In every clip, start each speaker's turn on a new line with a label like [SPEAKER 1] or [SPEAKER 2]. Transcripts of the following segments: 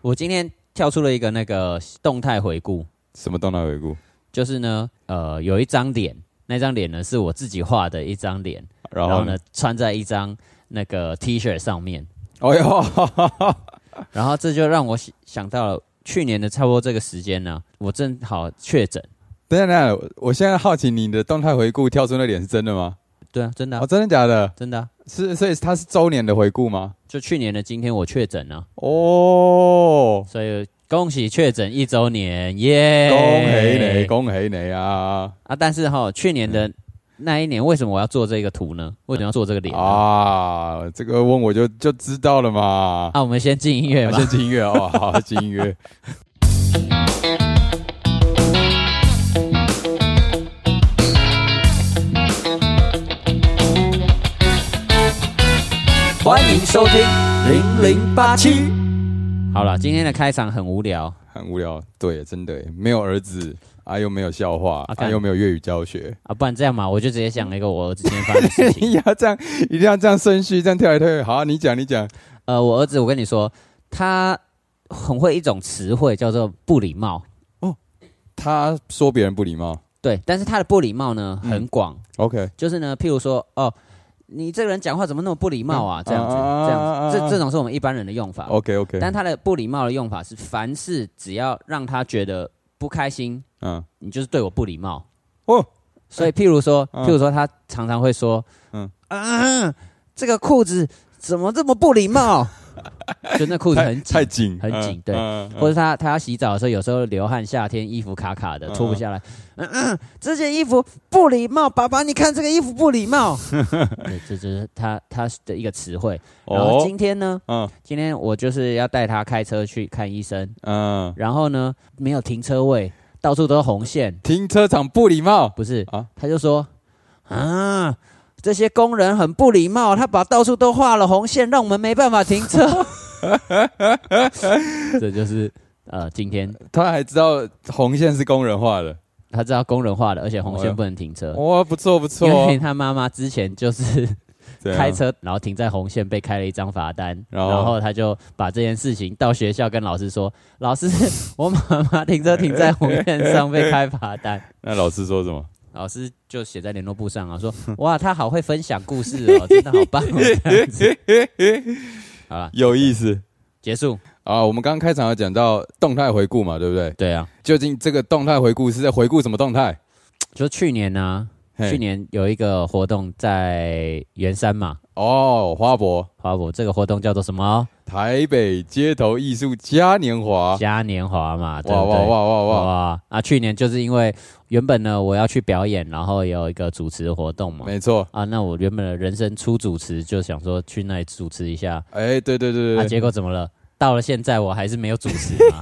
[SPEAKER 1] 我今天跳出了一个那个动态回顾，
[SPEAKER 2] 什么动态回顾？
[SPEAKER 1] 就是呢，呃，有一张脸，那张脸呢是我自己画的一张脸，
[SPEAKER 2] 然
[SPEAKER 1] 然
[SPEAKER 2] 后
[SPEAKER 1] 后
[SPEAKER 2] 呢
[SPEAKER 1] 呢？穿在一张那个 T 恤上面，
[SPEAKER 2] 哦哟，
[SPEAKER 1] 然后这就让我想想到了去年的差不多这个时间呢，我正好确诊。
[SPEAKER 2] 等一下等一下，我我现在好奇你的动态回顾跳出那脸是真的吗？
[SPEAKER 1] 对啊，真的啊、
[SPEAKER 2] 哦，真的假的？
[SPEAKER 1] 真的啊、
[SPEAKER 2] 是，所以它是周年的回顾吗？
[SPEAKER 1] 就去年的今天我确诊了，
[SPEAKER 2] 哦，
[SPEAKER 1] 所以恭喜确诊一周年，耶、
[SPEAKER 2] 恭喜你，恭喜你啊！
[SPEAKER 1] 啊！但是哈，去年的那一年，为什么我要做这个图呢？为什么要做这个脸呢
[SPEAKER 2] 啊，这个问我就就知道了嘛。
[SPEAKER 1] 啊，我们先进音乐
[SPEAKER 2] 啊
[SPEAKER 1] 吧
[SPEAKER 2] 先。进音乐哦，好，进音乐。
[SPEAKER 1] 欢迎收听
[SPEAKER 2] 零零八七，
[SPEAKER 1] 好了，今天的开场很无聊，
[SPEAKER 2] 很无聊，对，真的耶没有儿子，啊又没有笑话，
[SPEAKER 1] 啊
[SPEAKER 2] 啊
[SPEAKER 1] 干
[SPEAKER 2] 又没有粤语教学，
[SPEAKER 1] 啊，不然这样嘛，我就直接讲一个我儿子今天发生的事
[SPEAKER 2] 一
[SPEAKER 1] 情。
[SPEAKER 2] 定要这样，一定要这样顺序这样跳来跳去。好，你讲，你讲。
[SPEAKER 1] 呃，我儿子，我跟你说，他很会一种词汇叫做不礼貌，
[SPEAKER 2] 他说别人不礼貌
[SPEAKER 1] 对，但是他的不礼貌呢
[SPEAKER 2] 嗯
[SPEAKER 1] 很广，
[SPEAKER 2] ，OK，
[SPEAKER 1] 就是呢，譬如说，哦，你这个人讲话怎么那么不礼貌啊？这样子，
[SPEAKER 2] 啊
[SPEAKER 1] 这样子，
[SPEAKER 2] 啊啊哦
[SPEAKER 1] 这这种是我们一般人的用法。
[SPEAKER 2] OK OK，
[SPEAKER 1] 但他的不礼貌的用法是，凡事只要让他觉得不开心，
[SPEAKER 2] 嗯，
[SPEAKER 1] 你就是对我不礼貌。
[SPEAKER 2] 哦，
[SPEAKER 1] 所以，譬如说，
[SPEAKER 2] 嗯
[SPEAKER 1] 譬如说，他常常会说，
[SPEAKER 2] 嗯
[SPEAKER 1] 嗯啊，这个裤子怎么这么不礼 貌？就那裤子
[SPEAKER 2] 太
[SPEAKER 1] 很
[SPEAKER 2] 太
[SPEAKER 1] 紧，
[SPEAKER 2] 紧，
[SPEAKER 1] 很紧
[SPEAKER 2] 嗯
[SPEAKER 1] 对
[SPEAKER 2] 嗯嗯
[SPEAKER 1] 或者他他要洗澡的时候，有时候流汗，夏天衣服卡卡的
[SPEAKER 2] 嗯
[SPEAKER 1] 脱不下来。嗯嗯，这件衣服不礼貌，爸爸你看这个衣服不礼 貌。对，这就是他他的一个词汇。然后
[SPEAKER 2] 哦，
[SPEAKER 1] 今天呢，
[SPEAKER 2] 嗯
[SPEAKER 1] 今天我就是要带他开车去看医生，
[SPEAKER 2] 嗯，
[SPEAKER 1] 然后呢没有停车位，到处都是红线，
[SPEAKER 2] 停车场不礼貌，
[SPEAKER 1] 不是
[SPEAKER 2] 啊
[SPEAKER 1] 他就说啊。这些工人很不礼貌，他把到处都画了红线，让我们没办法停车。 这就是呃，今天
[SPEAKER 2] 他还知道红线是工人画的，
[SPEAKER 1] 他知道工人化的，而且红
[SPEAKER 2] 哦哟
[SPEAKER 1] 线不能停车，
[SPEAKER 2] 哇，不错不错
[SPEAKER 1] 因
[SPEAKER 2] 哦
[SPEAKER 1] 为，他妈妈之前就是
[SPEAKER 2] 怎样
[SPEAKER 1] 开，车，然后停在红线被开了一张罚单，
[SPEAKER 2] 然后
[SPEAKER 1] 然后他就把这件事情到学校跟老师说，老师， 我妈妈停车停在红线上被开罚单。
[SPEAKER 2] 啊那老师说什么？
[SPEAKER 1] 老师就写在联络簿上啊，说 哇，他好会分享故事 哦，真的好棒、哦。这样子 好了，
[SPEAKER 2] 有意思
[SPEAKER 1] 结束。
[SPEAKER 2] 啊！我们刚刚开场有讲到动态回顾嘛，对不对？
[SPEAKER 1] 对啊，
[SPEAKER 2] 究竟这个动态回顾是在回顾什么动态？
[SPEAKER 1] 就去年呢、
[SPEAKER 2] 嘿
[SPEAKER 1] 去年有一个活动在圆山嘛，
[SPEAKER 2] 哦，花博
[SPEAKER 1] 华博这个活动叫做什么？
[SPEAKER 2] 台北街头艺术嘉年华，
[SPEAKER 1] 嘉年华嘛，对
[SPEAKER 2] 哇
[SPEAKER 1] 不对？
[SPEAKER 2] 哇哇哇哇！
[SPEAKER 1] 哇啊！去年就是因为原本呢我要去表演，然后也有一个主持的活动嘛。
[SPEAKER 2] 没错，
[SPEAKER 1] 啊，那我原本的人生初主持就想说去那里主持一下，
[SPEAKER 2] 哎，对对
[SPEAKER 1] 啊，
[SPEAKER 2] 对对对，
[SPEAKER 1] 结果怎么了？到了现在我还是没有主持 嘛。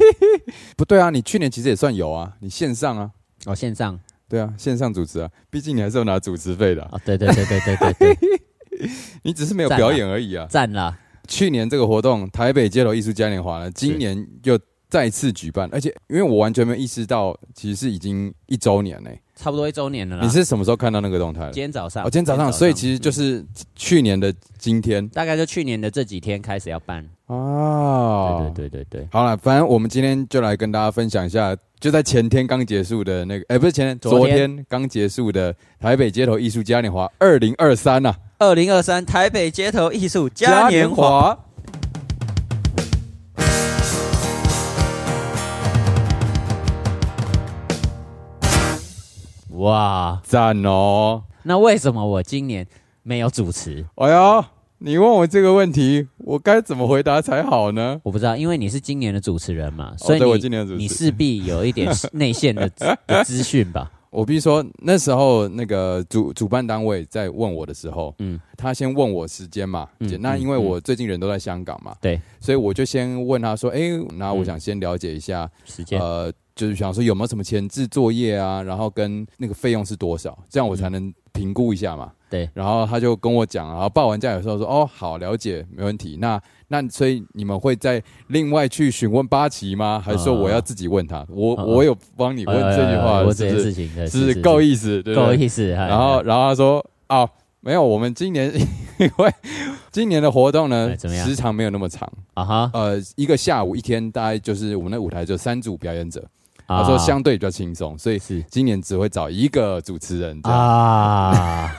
[SPEAKER 2] 不对啊，你去年其实也算有啊，你线上啊，
[SPEAKER 1] 哦，线上
[SPEAKER 2] 对啊，线上主持啊，毕竟你还是有拿主持费的啊、
[SPEAKER 1] 哦，对对对对对对对，
[SPEAKER 2] 你只是没有
[SPEAKER 1] 赞啊
[SPEAKER 2] 表演而已啊。
[SPEAKER 1] 赞 啦！
[SPEAKER 2] 去年这个活动台北街头艺术嘉年华呢，今年又再次举办，而且因为我完全没有意识到，其实是已经一周年嘞、
[SPEAKER 1] 差不多一周年了啦。
[SPEAKER 2] 你是什么时候看到那个动态的？
[SPEAKER 1] 啊今天早上？
[SPEAKER 2] 哦，今天早上，所以其实就是去年的今天
[SPEAKER 1] 大概就去年的这几天开始要办。
[SPEAKER 2] 啊。
[SPEAKER 1] 嗯对。对对对对，
[SPEAKER 2] 好了，反正我们今天就来跟大家分享一下，就在前天刚结束的那个，哎、不是前天，昨
[SPEAKER 1] 昨天
[SPEAKER 2] 天刚结束的台北街头艺术嘉年华二零二三啊呐，
[SPEAKER 1] 二零二三台北街头艺术嘉年华。
[SPEAKER 2] 华。
[SPEAKER 1] 哇，
[SPEAKER 2] 赞哦！
[SPEAKER 1] 那为什么我今年没有主持？
[SPEAKER 2] 哎呀，你问我这个问题，我该怎么回答才好呢？
[SPEAKER 1] 我不知道，因为你是今年的主持人嘛，所以
[SPEAKER 2] 哦对
[SPEAKER 1] 你、
[SPEAKER 2] 我今年的主持
[SPEAKER 1] 你势必有一 点内线的资的资讯吧？
[SPEAKER 2] 我必须说，那时候那个主主办单位在问我的时候，嗯
[SPEAKER 1] 嗯，
[SPEAKER 2] 他先问我时间嘛，
[SPEAKER 1] 嗯
[SPEAKER 2] 姐那
[SPEAKER 1] 嗯
[SPEAKER 2] 因为我最近人都在香港嘛，
[SPEAKER 1] 对，
[SPEAKER 2] 所以我就先问他说，哎、那我
[SPEAKER 1] 嗯
[SPEAKER 2] 想先了解一下，
[SPEAKER 1] 时间、
[SPEAKER 2] 呃，就是想说有没有什么前置作业啊，然后跟那个费用是多少，这
[SPEAKER 1] 嗯
[SPEAKER 2] 样我才能评估一下嘛。
[SPEAKER 1] 对
[SPEAKER 2] 然后他就跟我讲，然后报完价有时候说，哦，好，了解，没问题。那那所以你们会再另外去询问八旗吗？还是说我要自己问他？我
[SPEAKER 1] 嗯嗯
[SPEAKER 2] 我有帮你问这句话，
[SPEAKER 1] 我
[SPEAKER 2] 是
[SPEAKER 1] 哎这件
[SPEAKER 2] 不是
[SPEAKER 1] 事情对
[SPEAKER 2] 是不是够意思，对不
[SPEAKER 1] 够
[SPEAKER 2] 对？
[SPEAKER 1] 意思。哎
[SPEAKER 2] 然后然后他说，哦，没有，我们今年因为今年的活动呢
[SPEAKER 1] 哎，怎么样
[SPEAKER 2] 时长没有那么长，
[SPEAKER 1] 啊哈，
[SPEAKER 2] 呃，一个下午一天大概就是我们的舞台就三组表演者，
[SPEAKER 1] 啊
[SPEAKER 2] 他说相对比较轻松，所以
[SPEAKER 1] 是
[SPEAKER 2] 今年只会找一个主持人这样，
[SPEAKER 1] 啊，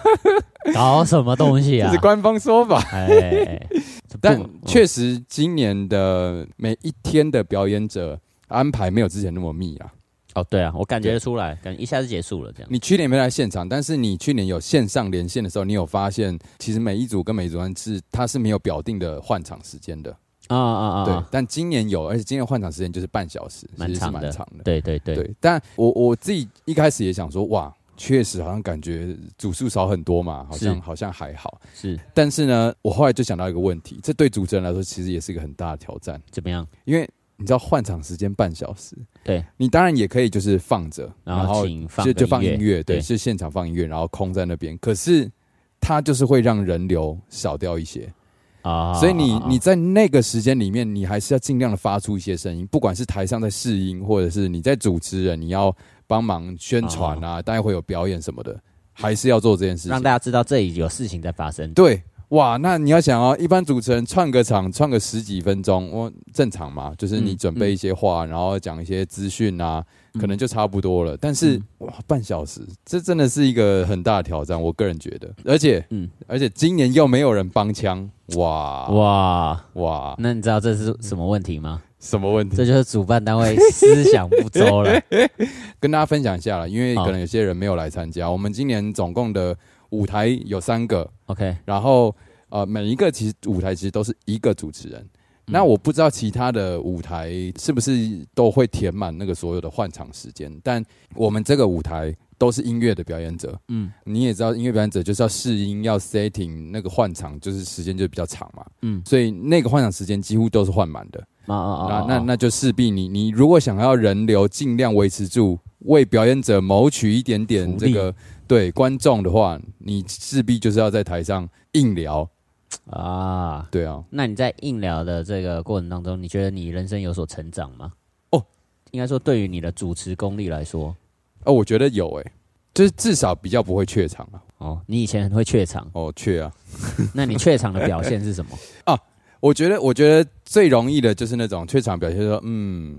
[SPEAKER 1] 搞什么东西
[SPEAKER 2] 这
[SPEAKER 1] 啊
[SPEAKER 2] 是？官方说法。
[SPEAKER 1] 哎哎，哎这不
[SPEAKER 2] 但
[SPEAKER 1] 嗯
[SPEAKER 2] 确实，今年的每一天的表演者安排没有之前那么密啊。
[SPEAKER 1] 哦对啊，我感觉得出来，感觉一下就结束了这样。
[SPEAKER 2] 你去年没来现场，但是你去年有线上连线的时候，你有发现，其实每一组跟每一组是它是没有表定的换场时间的，
[SPEAKER 1] 啊啊啊
[SPEAKER 2] 对
[SPEAKER 1] 啊！。
[SPEAKER 2] 但今年有，而且今年换场时间就是半小时，其
[SPEAKER 1] 蛮
[SPEAKER 2] 实是
[SPEAKER 1] 长的
[SPEAKER 2] 蛮长的。
[SPEAKER 1] 对对对，
[SPEAKER 2] 对，但我我自己一开始也想说，哇，确实好像感觉组数少很多嘛，好
[SPEAKER 1] 是
[SPEAKER 2] 像好像还好。
[SPEAKER 1] 是
[SPEAKER 2] 但是呢，我后来就想到一个问题，这对主持人来说其实也是一个很大的挑战，
[SPEAKER 1] 怎么样？
[SPEAKER 2] 因为你知道换场时间半小时，
[SPEAKER 1] 对，
[SPEAKER 2] 你当然也可以就是放着，
[SPEAKER 1] 然后请放
[SPEAKER 2] 就
[SPEAKER 1] 个
[SPEAKER 2] 就放
[SPEAKER 1] 音乐
[SPEAKER 2] 音乐，对，
[SPEAKER 1] 对
[SPEAKER 2] 是现场放音乐，然后空在那边，可是。它就是会让人流少掉一些，
[SPEAKER 1] 啊，
[SPEAKER 2] 所以你
[SPEAKER 1] 啊
[SPEAKER 2] 你在那个时间里面，你还是要尽量的发出一些声音，不管是台上在试音，或者是你在主持人，你要帮忙宣传啊，大家会有表演什么的，还是要做这件事情，
[SPEAKER 1] 让大家知道这里有事情在发生。
[SPEAKER 2] 对，哇，那你要想哦，一般主持人串个场，串个十几分钟，我正常嘛，就是你
[SPEAKER 1] 嗯
[SPEAKER 2] 准备一些话，然后讲一些资讯
[SPEAKER 1] 嗯
[SPEAKER 2] 啊，可能就差不多了。但是、
[SPEAKER 1] 嗯
[SPEAKER 2] 哇，半小时，这真的是一个很大的挑战，我个人觉得。而且，
[SPEAKER 1] 嗯
[SPEAKER 2] 而且今年又没有人帮腔，哇哇
[SPEAKER 1] 哇，那你知道这是什么问题吗？
[SPEAKER 2] 什么问题？
[SPEAKER 1] 这就是主办单位思想不周了。
[SPEAKER 2] 跟大家分享一下啦，因为
[SPEAKER 1] 好
[SPEAKER 2] 可能有些人没有来参加。我们今年总共的舞台有三个，
[SPEAKER 1] OK，
[SPEAKER 2] 然后呃，每一个其实舞台其实都是一个主持人。
[SPEAKER 1] 嗯
[SPEAKER 2] 那我不知道其他的舞台是不是都会填满那个所有的换场时间，但我们这个舞台都是音乐的表演者，
[SPEAKER 1] 嗯
[SPEAKER 2] 你也知道音乐表演者就是要试音、要 setting，那个换场就是时间就比较长嘛，
[SPEAKER 1] 嗯，
[SPEAKER 2] 所以那个换场时间几乎都是换满的。
[SPEAKER 1] 啊啊
[SPEAKER 2] 那
[SPEAKER 1] 啊，
[SPEAKER 2] 那那就势必你你如果想要人流尽量维持住，为表演者谋取一点点
[SPEAKER 1] 福
[SPEAKER 2] 这
[SPEAKER 1] 利
[SPEAKER 2] 个对观众的话，你势必就是要在台上硬聊，
[SPEAKER 1] 那啊。
[SPEAKER 2] 对啊，
[SPEAKER 1] 那你在硬聊的这个过程当中，你觉得你人生有所成长吗？
[SPEAKER 2] 哦，
[SPEAKER 1] 应该说对于你的主持功力来说，
[SPEAKER 2] 哦，我觉得有诶、就是至少比较不会怯场啊，，
[SPEAKER 1] 哦，你以前很会怯场
[SPEAKER 2] 哦，怯啊，
[SPEAKER 1] 那你怯场的表现是什么？
[SPEAKER 2] 我觉得我觉得最容易的就是那种怯场表现说，嗯，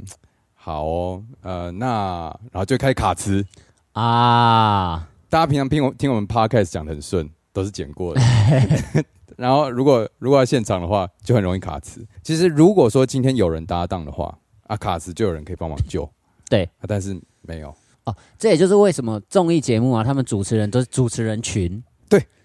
[SPEAKER 2] 好哦，呃，那然后就开始卡词，
[SPEAKER 1] 啊，
[SPEAKER 2] 大家平常听我听我们 podcast 讲的很顺，都是剪过的。 然后如果如果要现场的话，就很容易卡词。其实如果说今天有人搭档的话，啊卡词就有人可以帮忙救。
[SPEAKER 1] 对
[SPEAKER 2] 啊，但是没有，
[SPEAKER 1] 哦这也就是为什么综艺节目啊，他们主持人都是主持人群，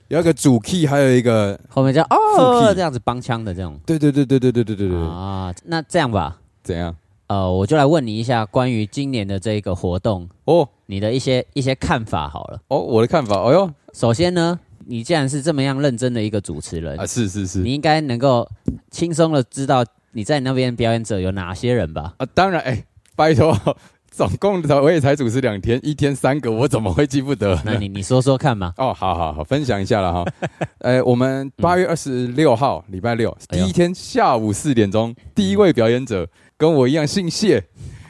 [SPEAKER 2] 有一个主 key，还有一个，
[SPEAKER 1] 后面叫
[SPEAKER 2] 副
[SPEAKER 1] 哦
[SPEAKER 2] key
[SPEAKER 1] 这样子帮腔的这种
[SPEAKER 2] 对对对对对对对对对，
[SPEAKER 1] 啊。那这样吧，
[SPEAKER 2] 怎样？
[SPEAKER 1] 呃，我就来问你一下关于今年的这个活动，
[SPEAKER 2] 哦
[SPEAKER 1] 你的一些一些看法好了。
[SPEAKER 2] 哦，我的看法，哎呦
[SPEAKER 1] 首先呢，你既然是这么样认真的一个主持人
[SPEAKER 2] 啊，，是是是
[SPEAKER 1] 你应该能够轻松的知道你在你那边表演者有哪些人 吧？
[SPEAKER 2] 啊，当然，哎，拜托， 总共的我也才主持两天，一天三个，我怎么会记不得呢
[SPEAKER 1] 那？你你说说看嘛。
[SPEAKER 2] 哦，好好好，分享一下了哈。 呃，我们八月二十六号，礼拜六
[SPEAKER 1] 嗯哎
[SPEAKER 2] 第
[SPEAKER 1] 呦嗯
[SPEAKER 2] 一天下午四点钟，第一位表演者跟我一样姓谢，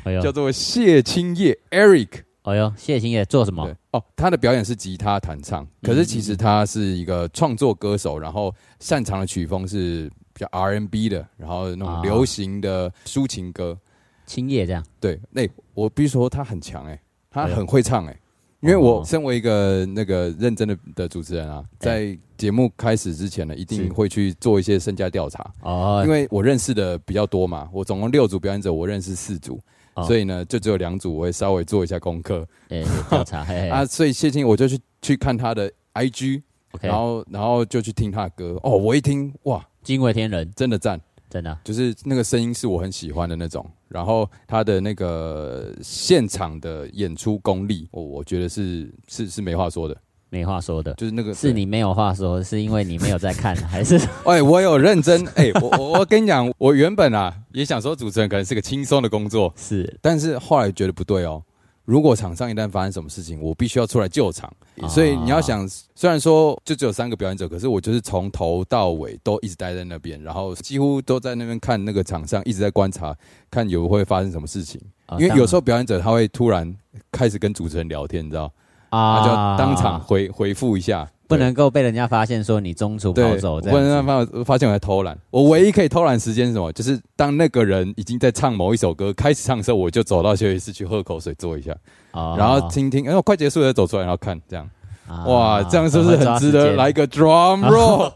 [SPEAKER 1] 哎
[SPEAKER 2] 叫
[SPEAKER 1] 呦，
[SPEAKER 2] 做谢青叶 Eric。
[SPEAKER 1] 哎呦，谢霆也做什么
[SPEAKER 2] 对？，哦，他的表演是吉他弹唱，可
[SPEAKER 1] 嗯
[SPEAKER 2] 是其实他是一个创作歌手，然后擅长的曲风是比较 R&B 的，然后那种
[SPEAKER 1] 啊
[SPEAKER 2] 流行的抒情歌。
[SPEAKER 1] 青叶这样
[SPEAKER 2] 对，那、我必须说他很强哎、他
[SPEAKER 1] 哎呦
[SPEAKER 2] 很会唱哎、因为我
[SPEAKER 1] 哦哎
[SPEAKER 2] 身为一个那个认真的的主持人啊，在节目开始之前呢，一定
[SPEAKER 1] 是
[SPEAKER 2] 会去做一些身家调查，
[SPEAKER 1] 哦
[SPEAKER 2] 因，为我认识的比较多嘛，我总共六组表演者，我认识四组，
[SPEAKER 1] 哦
[SPEAKER 2] 所以呢，就只有两组我会稍微做一下功课
[SPEAKER 1] 哎，调查嘿嘿
[SPEAKER 2] 啊，所以谢青我就去去看他的 IG，
[SPEAKER 1] ，OK，
[SPEAKER 2] 然后然后就去听他的歌，哦，我一听哇，
[SPEAKER 1] 惊为天人，
[SPEAKER 2] 真的赞，
[SPEAKER 1] 真的
[SPEAKER 2] 就是那个声音是我很喜欢的那种，然后他的那个现场的演出功力，我我觉得是是是没话说的，
[SPEAKER 1] 没话说的。
[SPEAKER 2] 就是那个
[SPEAKER 1] 是你没有话说，是因为你没有在 看，还是，
[SPEAKER 2] 哎，我有认真哎，我我我跟你讲，我原本啊也想说主持人可能是个轻松的工作
[SPEAKER 1] 是
[SPEAKER 2] 但是后来觉得不对哦。如果场上一旦发生什么事情，我必须要出来救场，
[SPEAKER 1] 啊
[SPEAKER 2] 所以你要想，虽然说就只有三个表演者，可是我就是从头到尾都一直待在那边，然后几乎都在那边看那个场上，一直在观察，看有会发生什么事情。
[SPEAKER 1] 啊
[SPEAKER 2] 因为有时
[SPEAKER 1] 候
[SPEAKER 2] 候表演者他会突然开始跟主持人聊天，你知道，他
[SPEAKER 1] 啊
[SPEAKER 2] 就要当场回回复一下，
[SPEAKER 1] 不能够被人家发现说你中途跑
[SPEAKER 2] 对，
[SPEAKER 1] 走这
[SPEAKER 2] 不然
[SPEAKER 1] 样子。
[SPEAKER 2] 发发现我在偷懒。我唯一可以偷懒时间是什么？就是当那个人已经在唱某一首歌开始唱的时候，我就走到休息室去喝口水坐一下，
[SPEAKER 1] 哦
[SPEAKER 2] 然后听听，然后快结束了走出来，然后看这样。
[SPEAKER 1] 啊
[SPEAKER 2] 哇，这样是不是很值
[SPEAKER 1] 很会抓时
[SPEAKER 2] 得
[SPEAKER 1] 间
[SPEAKER 2] 来一个 drum roll？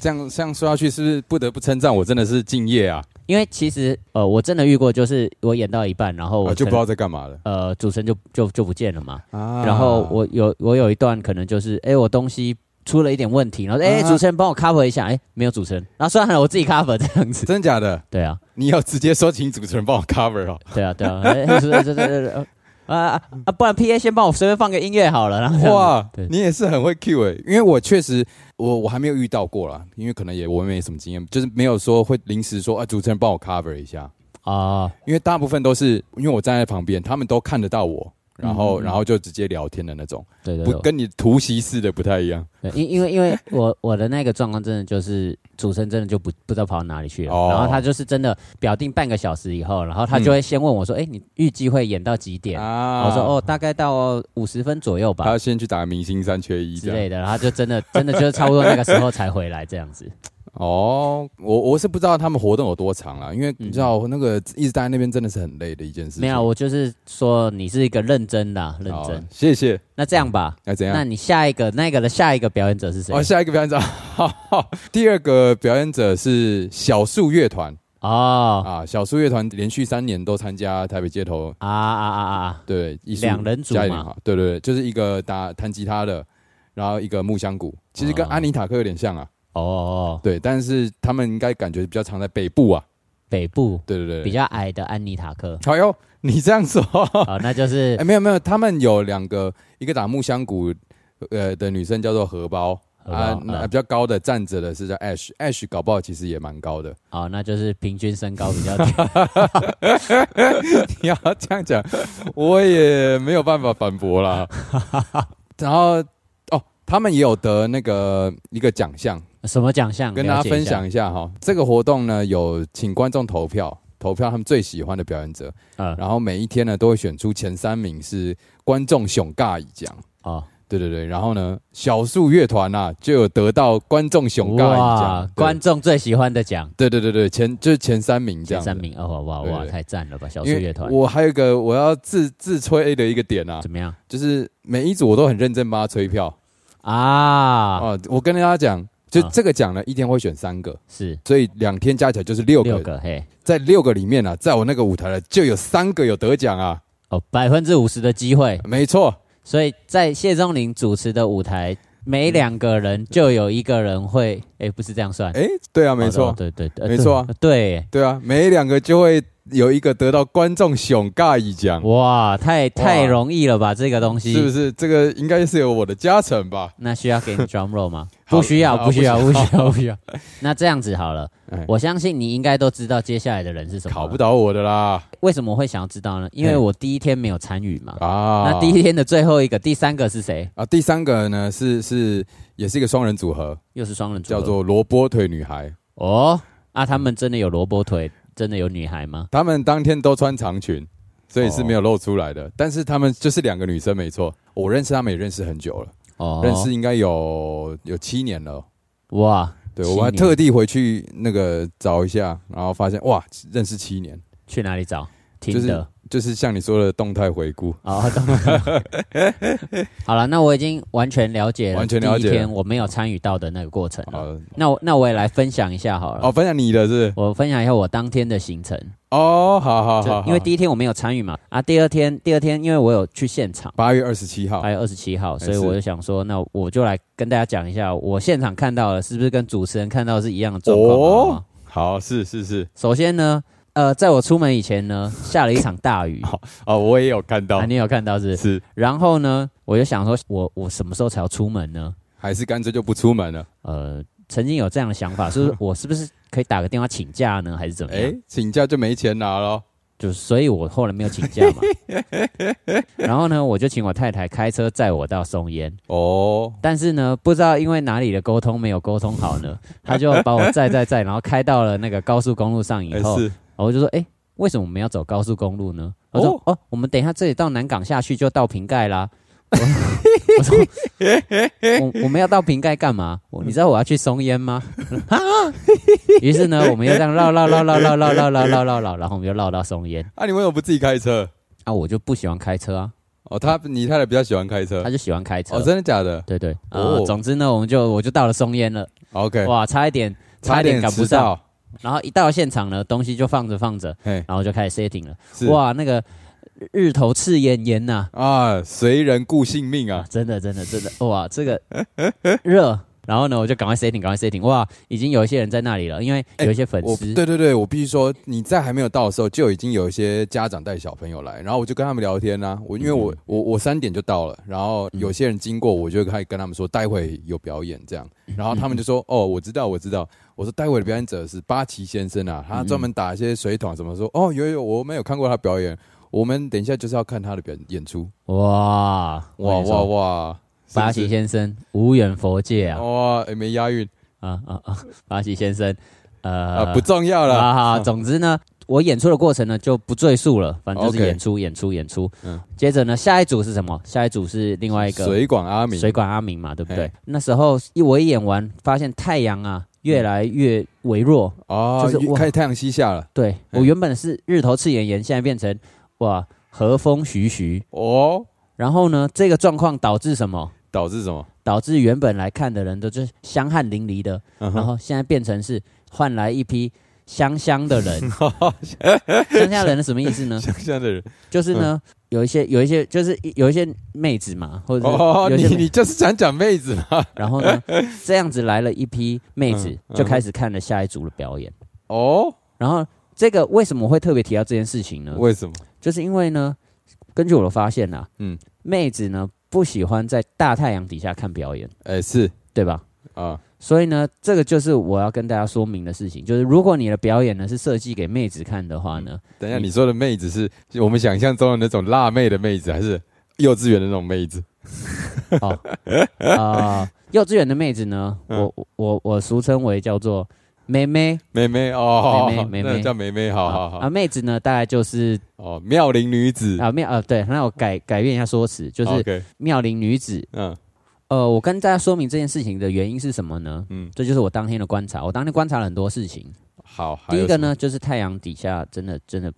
[SPEAKER 2] 这样这样说下去，是不是不得不称赞我真的是敬业啊？
[SPEAKER 1] 因为其实呃，我真的遇过，就是我演到一半，然哦后我
[SPEAKER 2] 我啊就
[SPEAKER 1] 可
[SPEAKER 2] 不
[SPEAKER 1] 能
[SPEAKER 2] 知道在干嘛了
[SPEAKER 1] 呃，主持人就就就不见了嘛。
[SPEAKER 2] 啊
[SPEAKER 1] 然后我有我有一段可能就是，哎、我东西出了一点问题，然后哎、
[SPEAKER 2] 啊
[SPEAKER 1] 主持人帮我 cover 一下，哎、没有主持人，然后算了，我自己 cover 这样子。
[SPEAKER 2] 真假的，
[SPEAKER 1] 对啊，
[SPEAKER 2] 你要直接说请主持人帮我 cover 哦。
[SPEAKER 1] 对啊，对啊，哎主持人对对对 对 啊啊啊！不然 P A 先帮我随便放个音乐好了，然后这样子
[SPEAKER 2] 哇
[SPEAKER 1] 对，
[SPEAKER 2] 你也是很会 Q 哎、因为我确实我我还没有遇到过啦，因为可能也我没什么经验，就是没有说会临时说啊主持人帮我 cover 一下，
[SPEAKER 1] 啊，
[SPEAKER 2] 因为大部分都是因为我站在旁边，他们都看得到我，然后、
[SPEAKER 1] 嗯嗯嗯
[SPEAKER 2] 然后就直接聊天的那种，
[SPEAKER 1] 对对
[SPEAKER 2] 不
[SPEAKER 1] 对
[SPEAKER 2] 跟你突袭式的不太一样。
[SPEAKER 1] 对，因因为因为我我的那个状况真的就是主持人真的就不不知道跑到哪里去了，
[SPEAKER 2] 哦嗯
[SPEAKER 1] 然后他就是真的表定半个小时以后，然后他就会先问我说：“哎、你预计会演到几点？”
[SPEAKER 2] 啊
[SPEAKER 1] 我说：“哦，，大概到五十分左右
[SPEAKER 2] 他
[SPEAKER 1] 吧
[SPEAKER 2] 要先去打明星三缺一
[SPEAKER 1] 之
[SPEAKER 2] 这样。
[SPEAKER 1] 类的。”然后就真的真的就是差不多那个时候才回来这样子。
[SPEAKER 2] 哦，我我是不知道他们活动有多长啦，因为你知道那个一直待在那边真的 是很累的一件事情。
[SPEAKER 1] 嗯没有，啊我就是说你是一个认真的啊、认
[SPEAKER 2] 好
[SPEAKER 1] 真。
[SPEAKER 2] 谢谢。
[SPEAKER 1] 那这样吧，
[SPEAKER 2] 那怎样？
[SPEAKER 1] 那你下一个那个的下一个表演者是谁
[SPEAKER 2] 哦，？下一个表演者， 哈哈第二个表演者是小树乐团
[SPEAKER 1] 哦
[SPEAKER 2] 啊，小树乐团连续三年都参加台北街头，
[SPEAKER 1] 啊啊啊啊啊！
[SPEAKER 2] 对，艺术
[SPEAKER 1] 两人组
[SPEAKER 2] 嘉
[SPEAKER 1] 嘛
[SPEAKER 2] 年华，对对对，就是一个打弹吉他的，然后一个木箱鼓，其实跟
[SPEAKER 1] 哦
[SPEAKER 2] 安妮塔克有点像啊，
[SPEAKER 1] 哦哦，哦
[SPEAKER 2] 对，但是他们应该感觉比较常在北部啊，
[SPEAKER 1] 北部
[SPEAKER 2] 对对对，
[SPEAKER 1] 比较矮的安妮塔克。
[SPEAKER 2] 好哟，你这样 说，
[SPEAKER 1] 好，那就是
[SPEAKER 2] 哎，没有没有，他们有两个，一个打木箱鼓，呃的女生叫做荷包。
[SPEAKER 1] 荷包
[SPEAKER 2] 啊，
[SPEAKER 1] 嗯
[SPEAKER 2] 那比较高的站着的是叫 Ash，Ash 搞不好其实也蛮高的，
[SPEAKER 1] 哦，那就是平均身高比较低。
[SPEAKER 2] 你要这样讲，我也没有办法反 驳啦。然后哦，他们也有得那个一个奖项，
[SPEAKER 1] 什么奖项？
[SPEAKER 2] 跟大
[SPEAKER 1] 嗯
[SPEAKER 2] 家
[SPEAKER 1] 了解
[SPEAKER 2] 分
[SPEAKER 1] 一下
[SPEAKER 2] 享一下哈。这个活动呢，有请观众投票，投票他们最喜欢的表演者，
[SPEAKER 1] 嗯，
[SPEAKER 2] 然后每一天呢都会选出前三名是观众熊尬一奖。
[SPEAKER 1] 哦，
[SPEAKER 2] 对对对，然后呢，小树乐团啊就有得到观众熊尬一
[SPEAKER 1] 哇
[SPEAKER 2] 奖，，
[SPEAKER 1] 观众最喜欢的奖
[SPEAKER 2] 对对对对，前就是前三名这
[SPEAKER 1] 前
[SPEAKER 2] 样子。
[SPEAKER 1] 三名，哦哇
[SPEAKER 2] 对
[SPEAKER 1] 哇，
[SPEAKER 2] 对
[SPEAKER 1] 太赞了吧！小树
[SPEAKER 2] 因
[SPEAKER 1] 乐
[SPEAKER 2] 为
[SPEAKER 1] 团嗯
[SPEAKER 2] 我还有一个我要自自吹的一个点啊，
[SPEAKER 1] 怎么样
[SPEAKER 2] 就是每一组我都很认真帮他吹票
[SPEAKER 1] 啊？
[SPEAKER 2] 啊、我跟大家讲，就
[SPEAKER 1] 啊
[SPEAKER 2] 这个奖呢，一天会选三个，
[SPEAKER 1] 是
[SPEAKER 2] 所以两天加起来就是六个。
[SPEAKER 1] 六个嘿，
[SPEAKER 2] 在六个里面啊，在我那个舞台呢，就有三个有得奖啊。
[SPEAKER 1] 哦，百分之五十的机会，
[SPEAKER 2] 没错，
[SPEAKER 1] 所以在谢钟林主持的舞台，每两个人就有一个人会，哎，不是这样算，
[SPEAKER 2] 哎，对啊，没错，
[SPEAKER 1] 哦对对对，呃
[SPEAKER 2] 没错啊
[SPEAKER 1] 对对，
[SPEAKER 2] 对啊，每两个就会有一个得到观众熊尬一奖，
[SPEAKER 1] 哇，太太
[SPEAKER 2] 哇
[SPEAKER 1] 容易了吧？这个东西
[SPEAKER 2] 是不是？这个应该是有我的加成吧？
[SPEAKER 1] 那需要给你 drum roll 吗？
[SPEAKER 2] 好
[SPEAKER 1] 不需要，
[SPEAKER 2] 好
[SPEAKER 1] 不需要，
[SPEAKER 2] 不
[SPEAKER 1] 不
[SPEAKER 2] 需要
[SPEAKER 1] 需要，不 需要。那这样子好了
[SPEAKER 2] 哎，
[SPEAKER 1] 我相信你应该都知道接下来的人是什么。
[SPEAKER 2] 考不，倒我的啦！
[SPEAKER 1] 为什么会想要知道呢？因为
[SPEAKER 2] 哎
[SPEAKER 1] 我第一天没有参与嘛。
[SPEAKER 2] 啊，
[SPEAKER 1] 那第一天的最后一个，第三个是谁？
[SPEAKER 2] 啊，第三个呢是是也是一个双人组合，
[SPEAKER 1] 又是双人组合，
[SPEAKER 2] 叫做萝卜腿女孩。
[SPEAKER 1] 哦啊，他们真的有萝卜腿，真的有女孩吗？
[SPEAKER 2] 他们当天都穿长裙，所以是没有露出来的。
[SPEAKER 1] 哦
[SPEAKER 2] 但是他们就是两个女生，没错。我认识他们也认识很久了，
[SPEAKER 1] 哦，
[SPEAKER 2] 认识应该有有七年了。
[SPEAKER 1] 哇，
[SPEAKER 2] 对，
[SPEAKER 1] 七年
[SPEAKER 2] 我还特地回去那个找一下，然后发现哇，认识七年，
[SPEAKER 1] 去哪里找？
[SPEAKER 2] 就
[SPEAKER 1] 听
[SPEAKER 2] 是
[SPEAKER 1] 的
[SPEAKER 2] 就是像你说的动态回顾，
[SPEAKER 1] 哦，懂 了好了，那我已经完全了解了，
[SPEAKER 2] 完全了解
[SPEAKER 1] 第
[SPEAKER 2] 了
[SPEAKER 1] 一天我没有参与到的那个过程了。
[SPEAKER 2] 好
[SPEAKER 1] 那我那我也来分享一下好了。
[SPEAKER 2] 哦，分享你的是不是
[SPEAKER 1] 我分享一下我当天的行程，
[SPEAKER 2] 哦，好好
[SPEAKER 1] 就
[SPEAKER 2] 好，
[SPEAKER 1] 因为第一天我没有参与嘛，啊，第二天第二天因为我有去现场，
[SPEAKER 2] 八月二十七号
[SPEAKER 1] 还有二十七号，所以
[SPEAKER 2] 是
[SPEAKER 1] 我就想说，那我就来跟大家讲一下，我现场看到的是不是跟主持人看到的是一样的状况、好不
[SPEAKER 2] 哦
[SPEAKER 1] 好，
[SPEAKER 2] 好是是是
[SPEAKER 1] 首先呢，呃，在我出门以前呢，下了一场大雨，
[SPEAKER 2] 哦，我也有看到
[SPEAKER 1] 啊，你有看到是不是？
[SPEAKER 2] 是，
[SPEAKER 1] 然后呢，我就想说我，我什么时候才要出门呢？
[SPEAKER 2] 还是干脆就不出门了。
[SPEAKER 1] 呃，曾经有这样的想法，是我是不是可以打个电话请假呢，还是怎么样？
[SPEAKER 2] 哎，请假就没钱拿咯。
[SPEAKER 1] 就所以，我后来没有请假嘛。然后呢，我就请我太太开车载我到松烟，
[SPEAKER 2] 哦，
[SPEAKER 1] 但是呢，不知道因为哪里的沟通没有沟通好呢，她就把我载载载，然后开到了那个高速公路上以
[SPEAKER 2] 哎
[SPEAKER 1] 后，
[SPEAKER 2] 是
[SPEAKER 1] 我就说，哎、为什么我们要走高速公路呢？我说哦我们等一下这里到南港下去就到瓶盖 啦。我我说我我们要到瓶盖干嘛？我你知道我要去松烟 吗？啊！ 于是呢，我们又这样绕绕绕绕绕绕绕绕绕绕绕，然后我们就绕到松烟。
[SPEAKER 2] 啊，你为什么不自己开车？
[SPEAKER 1] 啊，我就不喜欢开车啊，
[SPEAKER 2] 哦，他你太太比较喜欢开车
[SPEAKER 1] 他。就喜欢开车。
[SPEAKER 2] 哦，真的假的
[SPEAKER 1] 对对，呃，
[SPEAKER 2] 哦
[SPEAKER 1] 总之呢，我们就我就到了松烟了，
[SPEAKER 2] ？OK，
[SPEAKER 1] 哇，差一点，差
[SPEAKER 2] 差
[SPEAKER 1] 一点赶不
[SPEAKER 2] 迟
[SPEAKER 1] 上。
[SPEAKER 2] 到。
[SPEAKER 1] 然后一到现场呢，东西就放着放着，
[SPEAKER 2] 嘿，
[SPEAKER 1] 然后就开始 setting 了。
[SPEAKER 2] 是
[SPEAKER 1] 哇，那个日头赤炎炎呐、
[SPEAKER 2] 啊，随人顾性命
[SPEAKER 1] 啊
[SPEAKER 2] 啊，
[SPEAKER 1] 真的真的真的，哇，这个热。然后呢，我就赶快 setting，赶快 setting。哇，已经有一些人在那里了，因为有一些粉
[SPEAKER 2] 哎我
[SPEAKER 1] 丝，
[SPEAKER 2] 对对对，我必须说，你在还没有到的时候，就已经有一些家长带小朋友来，然后我就跟他们聊天啊。我因为我、
[SPEAKER 1] 嗯
[SPEAKER 2] 我我三点就到了，然后有些人经过，我就开始跟他们说，待会有表演这样，然后
[SPEAKER 1] 嗯
[SPEAKER 2] 他们就说，哦，我知道我知道。我说待会的表演者是八旗先生啊，他专门打一些水桶什么说，
[SPEAKER 1] 嗯
[SPEAKER 2] 哦有有，我们有看过他表演，我们等一下就是要看他的表演出，
[SPEAKER 1] 哇
[SPEAKER 2] 哇哇，哇，是不是哦
[SPEAKER 1] 巴西先生无远佛界啊
[SPEAKER 2] 哇，诶没押韵
[SPEAKER 1] 啊啊啊！巴西先生，呃，
[SPEAKER 2] 啊，不重要了。
[SPEAKER 1] 啊好，总之呢，我演出的过程呢就不赘述了，反正就是
[SPEAKER 2] OK
[SPEAKER 1] 演出、演出、演出。
[SPEAKER 2] 嗯
[SPEAKER 1] 接着呢，下一组是什么？下一组是另外一个
[SPEAKER 2] 水管阿明，
[SPEAKER 1] 水管阿明嘛，对不对
[SPEAKER 2] 嘿？
[SPEAKER 1] 那时候一我一演完，发现太阳啊越来越微弱，
[SPEAKER 2] 哦，
[SPEAKER 1] 就是哇
[SPEAKER 2] 开始太阳西下了
[SPEAKER 1] 对
[SPEAKER 2] 嘿
[SPEAKER 1] 我原本是日头赤炎炎，现在变成哇和风徐徐。
[SPEAKER 2] 哦，
[SPEAKER 1] 然后呢，这个状况导致什么？
[SPEAKER 2] 导致什么？
[SPEAKER 1] 导致原本来看的人都就是香汗淋漓的，
[SPEAKER 2] 然
[SPEAKER 1] 然后现在变成是换来一批香香的 人。乡下人是什么意思呢？
[SPEAKER 2] 想象的人，
[SPEAKER 1] 就是呢，
[SPEAKER 2] 嗯
[SPEAKER 1] 有一些有一些就是有一些妹子嘛，或者
[SPEAKER 2] 哦，
[SPEAKER 1] 是有一些
[SPEAKER 2] 你
[SPEAKER 1] 妹，
[SPEAKER 2] 你就是想讲妹子嘛？
[SPEAKER 1] 然后呢，这样子来了一批妹子
[SPEAKER 2] 嗯，嗯
[SPEAKER 1] 就开始看了下一组的表演。
[SPEAKER 2] 哦，
[SPEAKER 1] 然后这个为什么会特别提到这件事情呢？
[SPEAKER 2] 为什么？
[SPEAKER 1] 就是因为呢，根据我的发现啊，
[SPEAKER 2] 嗯
[SPEAKER 1] 嗯，妹子呢不喜欢在大太阳底下看表演，
[SPEAKER 2] 哎，是
[SPEAKER 1] 对吧？
[SPEAKER 2] 啊，
[SPEAKER 1] 所以呢，这个就是我要跟大家说明的事情，就是如果你的表演呢是设计给妹子看的话 呢，
[SPEAKER 2] 等一下
[SPEAKER 1] 你
[SPEAKER 2] 你说的妹子是我们想象中的那种辣妹的妹子，还是幼稚园的那种妹子？
[SPEAKER 1] 哦，啊，幼稚园的妹子呢，
[SPEAKER 2] 嗯
[SPEAKER 1] 我我我我俗称为叫做妹妹
[SPEAKER 2] 妹妹哦，
[SPEAKER 1] 妹妹妹妹
[SPEAKER 2] 那叫妹妹，好好
[SPEAKER 1] 啊，
[SPEAKER 2] 好，
[SPEAKER 1] 妹子呢大概就是
[SPEAKER 2] 哦，妙龄女子，
[SPEAKER 1] 啊妙啊对，那我改改变一下说辞，就是
[SPEAKER 2] OK，
[SPEAKER 1] 妙龄女子。
[SPEAKER 2] 嗯
[SPEAKER 1] 呃，我跟大家说明这件事情的原因是什么呢？
[SPEAKER 2] 嗯，
[SPEAKER 1] 这就是我当天的观察，我当天观察了很多事情。
[SPEAKER 2] 好，还
[SPEAKER 1] 第一
[SPEAKER 2] 有
[SPEAKER 1] 个
[SPEAKER 2] 什么
[SPEAKER 1] 呢，就是太阳底下真的真的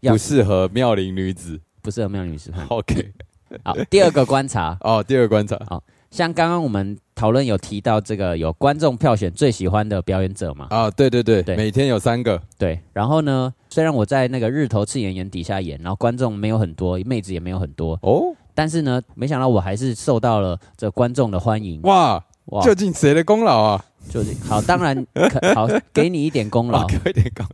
[SPEAKER 1] 要嗯
[SPEAKER 2] 不适合妙龄女子
[SPEAKER 1] 不适合妙龄女子看。
[SPEAKER 2] ，OK，
[SPEAKER 1] 好，第二个观察，
[SPEAKER 2] 哦，第二个观察，
[SPEAKER 1] 像刚刚我们讨论有提到这个有观众票选最喜欢的表演者嘛？
[SPEAKER 2] 啊，对对对，
[SPEAKER 1] 对
[SPEAKER 2] 每天有三个，
[SPEAKER 1] 对，然后呢，虽然我在那个日头赤炎炎底下演，然后观众没有很多，妹子也没有很多，
[SPEAKER 2] 哦，
[SPEAKER 1] 但是呢，没想到我还是受到了这观众的欢迎。
[SPEAKER 2] 哇，
[SPEAKER 1] 嗯哇，
[SPEAKER 2] 究竟谁的功劳啊？
[SPEAKER 1] 就是好，当然 可好，给你一点功劳
[SPEAKER 2] 哦，，给我一点功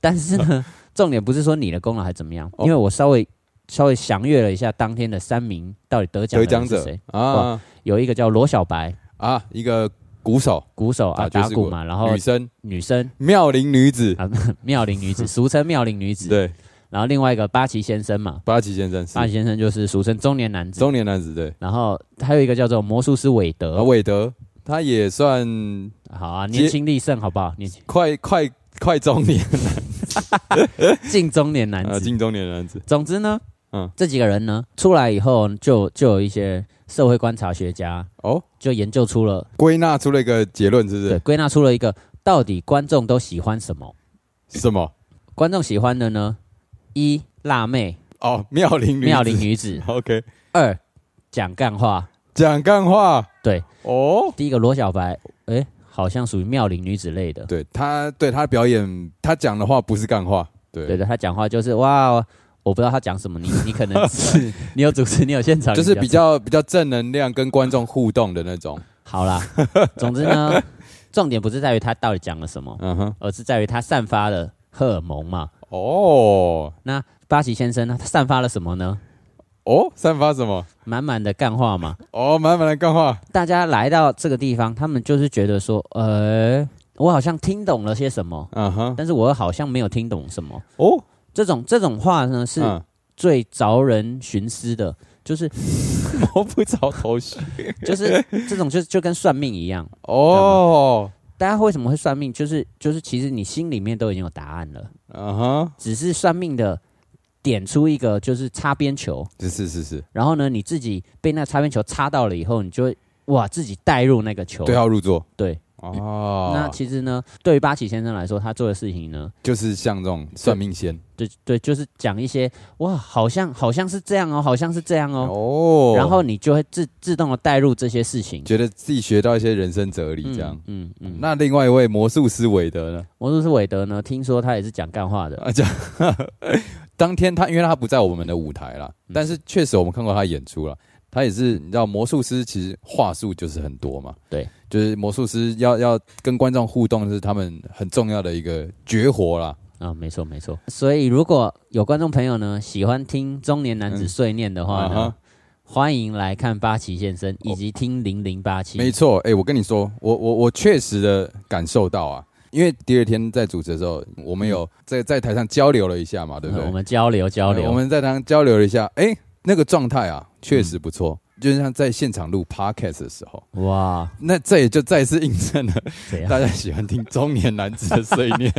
[SPEAKER 1] 但是呢，重点不是说你的功劳还怎么样，
[SPEAKER 2] 哦
[SPEAKER 1] 因为我稍微稍微详阅了一下当天的三名到底得奖
[SPEAKER 2] 得
[SPEAKER 1] 的
[SPEAKER 2] 奖
[SPEAKER 1] 人是
[SPEAKER 2] 者
[SPEAKER 1] 谁，
[SPEAKER 2] 啊
[SPEAKER 1] 有一个叫罗小白，
[SPEAKER 2] 啊，一个鼓手，
[SPEAKER 1] 鼓手啊
[SPEAKER 2] 打爵
[SPEAKER 1] 打
[SPEAKER 2] 士
[SPEAKER 1] 鼓
[SPEAKER 2] 鼓
[SPEAKER 1] 嘛，然后
[SPEAKER 2] 女生，
[SPEAKER 1] 女 生
[SPEAKER 2] 妙龄女子，
[SPEAKER 1] 啊妙龄女 子，俗称妙龄女子，
[SPEAKER 2] 对，
[SPEAKER 1] 然后另外一个八旗先生嘛，
[SPEAKER 2] 八旗先生
[SPEAKER 1] 八
[SPEAKER 2] 是
[SPEAKER 1] 旗先生就是俗称中年男子，
[SPEAKER 2] 中年男子，对，
[SPEAKER 1] 然后还有一个叫做魔术师韦
[SPEAKER 2] 啊，
[SPEAKER 1] 德，
[SPEAKER 2] 韦德他也算
[SPEAKER 1] 好啊，
[SPEAKER 2] 接
[SPEAKER 1] 年轻力盛，好不 好？年轻
[SPEAKER 2] 快快快中年
[SPEAKER 1] 近中年男
[SPEAKER 2] 啊，
[SPEAKER 1] 子。
[SPEAKER 2] 近中年男子，
[SPEAKER 1] 总之呢，
[SPEAKER 2] 嗯
[SPEAKER 1] 这几个人呢出来以后就，就有一些社会观察学家
[SPEAKER 2] 哦，
[SPEAKER 1] 就研究出了，
[SPEAKER 2] 归纳出了一个结论，是不
[SPEAKER 1] 对，
[SPEAKER 2] 是？
[SPEAKER 1] 归纳出了一个到底观众都喜欢什么？
[SPEAKER 2] 什么？
[SPEAKER 1] 观众喜欢的呢，一辣妹、
[SPEAKER 2] 哦，妙龄女子
[SPEAKER 1] 妙龄女子；
[SPEAKER 2] ，OK，
[SPEAKER 1] 二讲干话。
[SPEAKER 2] 讲干话，
[SPEAKER 1] 对，
[SPEAKER 2] 哦，
[SPEAKER 1] 第一个罗小白，诶，好像属于妙龄女子类的。
[SPEAKER 2] 对他对他表演，他讲的话不是干话，
[SPEAKER 1] 对
[SPEAKER 2] 对，
[SPEAKER 1] 的，他讲话就是哇，我不知道他讲什么，你你可 能是你有主持，你有现场，
[SPEAKER 2] 就是
[SPEAKER 1] 你
[SPEAKER 2] 比较比较正能量，跟观众互动的那种，
[SPEAKER 1] 好啦。总之呢，重点不是在于他到底讲了什么，
[SPEAKER 2] 嗯哼，
[SPEAKER 1] 而是在于他散发了荷尔蒙嘛。
[SPEAKER 2] 哦。
[SPEAKER 1] 那巴西先生呢，他散发了什么呢？
[SPEAKER 2] 哦，散发什么？
[SPEAKER 1] 满满的干话嘛。
[SPEAKER 2] 哦，满满的干话。
[SPEAKER 1] 大家来到这个地方，他们就是觉得说，呃，我好像听懂了些什么，
[SPEAKER 2] 嗯哼，
[SPEAKER 1] 但是我好像没有听懂什么。
[SPEAKER 2] 哦，
[SPEAKER 1] 这种这种话呢，是
[SPEAKER 2] 嗯
[SPEAKER 1] 最着人寻思的， 就是
[SPEAKER 2] 摸不着头绪。
[SPEAKER 1] 就是这种就就跟算命一样。
[SPEAKER 2] 哦，
[SPEAKER 1] 大家为什么会算命？就是就是，其实你心里面都已经有答案了，
[SPEAKER 2] 啊哈，
[SPEAKER 1] 只是算命的点出一个就是擦边球，
[SPEAKER 2] 是是是是，
[SPEAKER 1] 然后呢，你自己被那擦边球擦到了以后，你就会哇自己带入那个球。
[SPEAKER 2] 对号入座
[SPEAKER 1] 对
[SPEAKER 2] 哦，
[SPEAKER 1] 那其实呢，对于八旗先生来说，他做的事情呢，
[SPEAKER 2] 就是像这种算命仙
[SPEAKER 1] 对对，就是讲一些哇，好像好像是这样哦，好像是这样哦，
[SPEAKER 2] 哦
[SPEAKER 1] 然后你就会自自动的带入这些事情。
[SPEAKER 2] 觉得自己学到一些人生哲理
[SPEAKER 1] 嗯
[SPEAKER 2] 这样。
[SPEAKER 1] 嗯嗯，
[SPEAKER 2] 那另外一位魔术师韦德呢？
[SPEAKER 1] 魔术师韦德呢，听说他也是讲干话的，
[SPEAKER 2] 啊，这样当天他因为他不在我们的舞台啦，但是确实我们看过他演出了。他也是，你知道魔术师其实话术就是很多嘛，
[SPEAKER 1] 对，
[SPEAKER 2] 就是魔术师要要跟观众互动是他们很重要的一个绝活啦。
[SPEAKER 1] 啊，没错没错。所以如果有观众朋友呢喜欢听中年男子碎念的话
[SPEAKER 2] 嗯
[SPEAKER 1] 呢，
[SPEAKER 2] 啊哈哦
[SPEAKER 1] 欢迎来看八旗现身以及听零零八七。
[SPEAKER 2] 没错，哎、我跟你说，我我我确实的感受到啊，因为第二天在主持的时候，我们有在在台上交流了一下嘛，对不对？
[SPEAKER 1] 嗯嗯我们交流交流。
[SPEAKER 2] 我们在台上交流了一下，哎、那个状态啊，确
[SPEAKER 1] 嗯
[SPEAKER 2] 实不错，就像在现场录 podcast 的时候，
[SPEAKER 1] 哇，
[SPEAKER 2] 那这也就再次印 证了
[SPEAKER 1] 怎样？
[SPEAKER 2] 大家喜欢听中年男子的碎 念。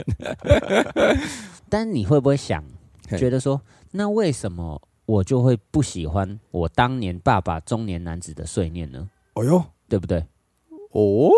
[SPEAKER 1] 但你会不会想，
[SPEAKER 2] 嘿
[SPEAKER 1] 觉得说，那为什么我就会不喜欢我当年爸爸中年男子的碎念呢？
[SPEAKER 2] 哦哟，
[SPEAKER 1] 对不对？
[SPEAKER 2] 哦，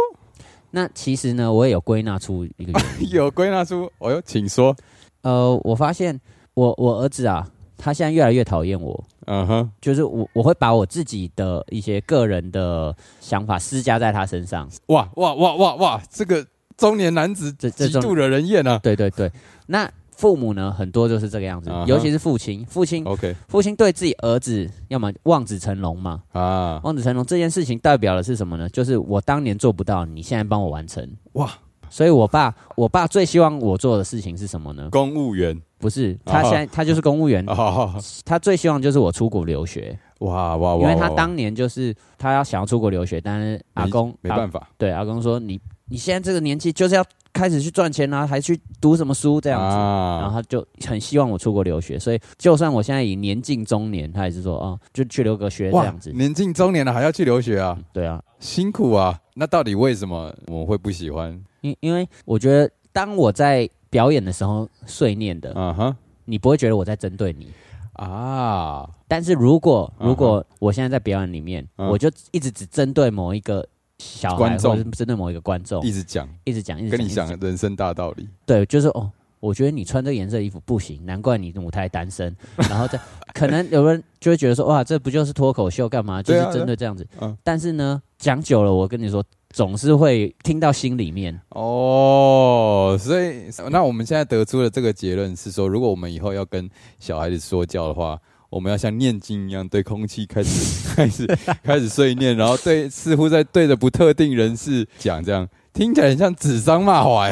[SPEAKER 1] 那其实呢，我也有归纳出一个原 因。
[SPEAKER 2] 有归纳出，哦哟，请说。
[SPEAKER 1] 呃，我发现我我儿子啊，他现在越来越讨厌我，
[SPEAKER 2] 嗯哼，
[SPEAKER 1] 就是我我会把我自己的一些个人的想法施加在他身上。
[SPEAKER 2] 哇哇哇哇哇，这个中年男子
[SPEAKER 1] 这这
[SPEAKER 2] 极
[SPEAKER 1] 种
[SPEAKER 2] 度惹人厌啊。
[SPEAKER 1] 对对对，那父母呢，很多就是这个样子
[SPEAKER 2] 啊哈哦
[SPEAKER 1] 尤其是父亲，父亲
[SPEAKER 2] OK
[SPEAKER 1] 父亲对自己儿子，要么望子成龙嘛，
[SPEAKER 2] 啊，
[SPEAKER 1] 望子成龙这件事情代表的是什么呢？就是我当年做不到，你现在帮我完成。
[SPEAKER 2] 哇，
[SPEAKER 1] 所以我爸，我爸最希望我做的事情是什么呢？
[SPEAKER 2] 公务员
[SPEAKER 1] 不是，
[SPEAKER 2] 啊
[SPEAKER 1] 他现在、他就是公务员，
[SPEAKER 2] 哦，
[SPEAKER 1] 他最希望就是我出国留学，
[SPEAKER 2] 哇哇啊哇，
[SPEAKER 1] 因为他
[SPEAKER 2] 哇
[SPEAKER 1] 当年就是他要想要出国留学，但是阿公
[SPEAKER 2] 没办
[SPEAKER 1] 法，
[SPEAKER 2] 法
[SPEAKER 1] 对阿公说你你现在这个年纪就是要开始去赚钱啦、还去读什么书这样子。然后
[SPEAKER 2] 啊，
[SPEAKER 1] 他就很希望我出国留学，所以就算我现在已年近中年，他也是说哦，就去留个学这
[SPEAKER 2] 哇
[SPEAKER 1] 样，子。
[SPEAKER 2] 年近中年了还要去留学啊，
[SPEAKER 1] 对啊，
[SPEAKER 2] 辛苦啊。那到底为什么我们会不喜欢？
[SPEAKER 1] 因因为我觉得，当我在表演的时候碎念的，
[SPEAKER 2] 嗯哼
[SPEAKER 1] 你不会觉得我在针对你。
[SPEAKER 2] 啊，
[SPEAKER 1] 但是如果
[SPEAKER 2] 嗯哼
[SPEAKER 1] 如果我现在在表演里面，
[SPEAKER 2] 嗯
[SPEAKER 1] 我就一直只针对某一个小孩，
[SPEAKER 2] 观众
[SPEAKER 1] 或者是针对某一个观众，
[SPEAKER 2] 一直讲，
[SPEAKER 1] 一直讲，一直
[SPEAKER 2] 跟你
[SPEAKER 1] 一直
[SPEAKER 2] 讲人生大道理，
[SPEAKER 1] 对，就是哦，我觉得你穿这个颜色的衣服不行，难怪你舞台单身。然后再 可能有人就会觉得说，哇，这不就是脱口秀干嘛？就
[SPEAKER 2] 对
[SPEAKER 1] 是
[SPEAKER 2] 啊
[SPEAKER 1] 针对这样子。
[SPEAKER 2] 嗯
[SPEAKER 1] 但是呢，讲久了，我跟你说，总是会听到心里面。
[SPEAKER 2] 哦，所以那我们现在得出的这个结论是说，如果我们以后要跟小孩子说教的话，我们要像念经一样对空气开始开始 开始碎念，然后对似乎在对着不特定人士讲，这样听起来很像指桑骂 槐，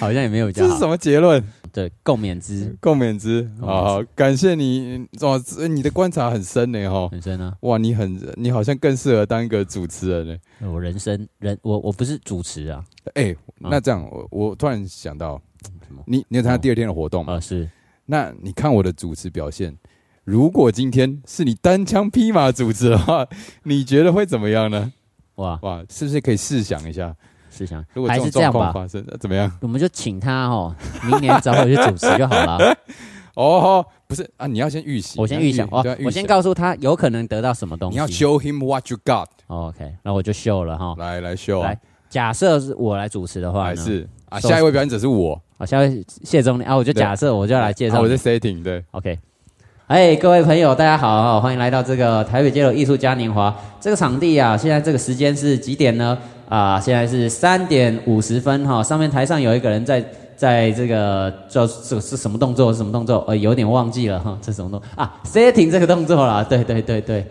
[SPEAKER 1] 好像也没有比较
[SPEAKER 2] 这是
[SPEAKER 1] 好
[SPEAKER 2] 什。么结论？
[SPEAKER 1] 对，共勉之
[SPEAKER 2] 共勉之，
[SPEAKER 1] 共勉之
[SPEAKER 2] 好好感谢你，哇，这你的观察很深呢，哈。
[SPEAKER 1] 很深啊。
[SPEAKER 2] 哇，你很，你好像更适合当一个主持人呢。
[SPEAKER 1] 我人生人，我我不是主持啊，
[SPEAKER 2] 哎、那这样，我我突然想到
[SPEAKER 1] 什么，
[SPEAKER 2] 你你有参加第二天的活动吗？
[SPEAKER 1] 啊是
[SPEAKER 2] 那你看我的主持表现，如果今天是你单枪匹马主持的话，你觉得会怎么样呢？
[SPEAKER 1] 哇，
[SPEAKER 2] 哇，是不是可以试想一下，
[SPEAKER 1] 是想
[SPEAKER 2] 如果这
[SPEAKER 1] 还
[SPEAKER 2] 种
[SPEAKER 1] 是这
[SPEAKER 2] 状
[SPEAKER 1] 样吧，
[SPEAKER 2] 况发生，呃怎么样？
[SPEAKER 1] 我们就请他哦，明年找我去主持就好 了。
[SPEAKER 2] 哦，不是啊，你要先预习，
[SPEAKER 1] 我先预想哦
[SPEAKER 2] 对啊，
[SPEAKER 1] 我先，告诉他有可能得到什么东
[SPEAKER 2] 你
[SPEAKER 1] 西。
[SPEAKER 2] 要 show him what you got，
[SPEAKER 1] 哦 OK，那我就秀了哈。
[SPEAKER 2] 来来 show，啊
[SPEAKER 1] 来，假设是我来主持的话
[SPEAKER 2] 还
[SPEAKER 1] 呢，
[SPEAKER 2] 哦是啊，
[SPEAKER 1] 手
[SPEAKER 2] 下一位表演者是我，
[SPEAKER 1] 好，下位谢总理啊，我就假设我就要来介
[SPEAKER 2] 啊
[SPEAKER 1] 绍
[SPEAKER 2] 我
[SPEAKER 1] 你。
[SPEAKER 2] 在 setting，对，
[SPEAKER 1] OK，哎，各位朋友，大家好、欢迎来到这个台北街头艺术嘉年华这个场地啊。现在这个时间是几点呢？啊、现在是三点五十分哈、上面台上有一个人在在这个做这是什么动作？是什么动作？呃，有点忘记了哈，这是什么动啊？setting 这个动作啦，对对对对。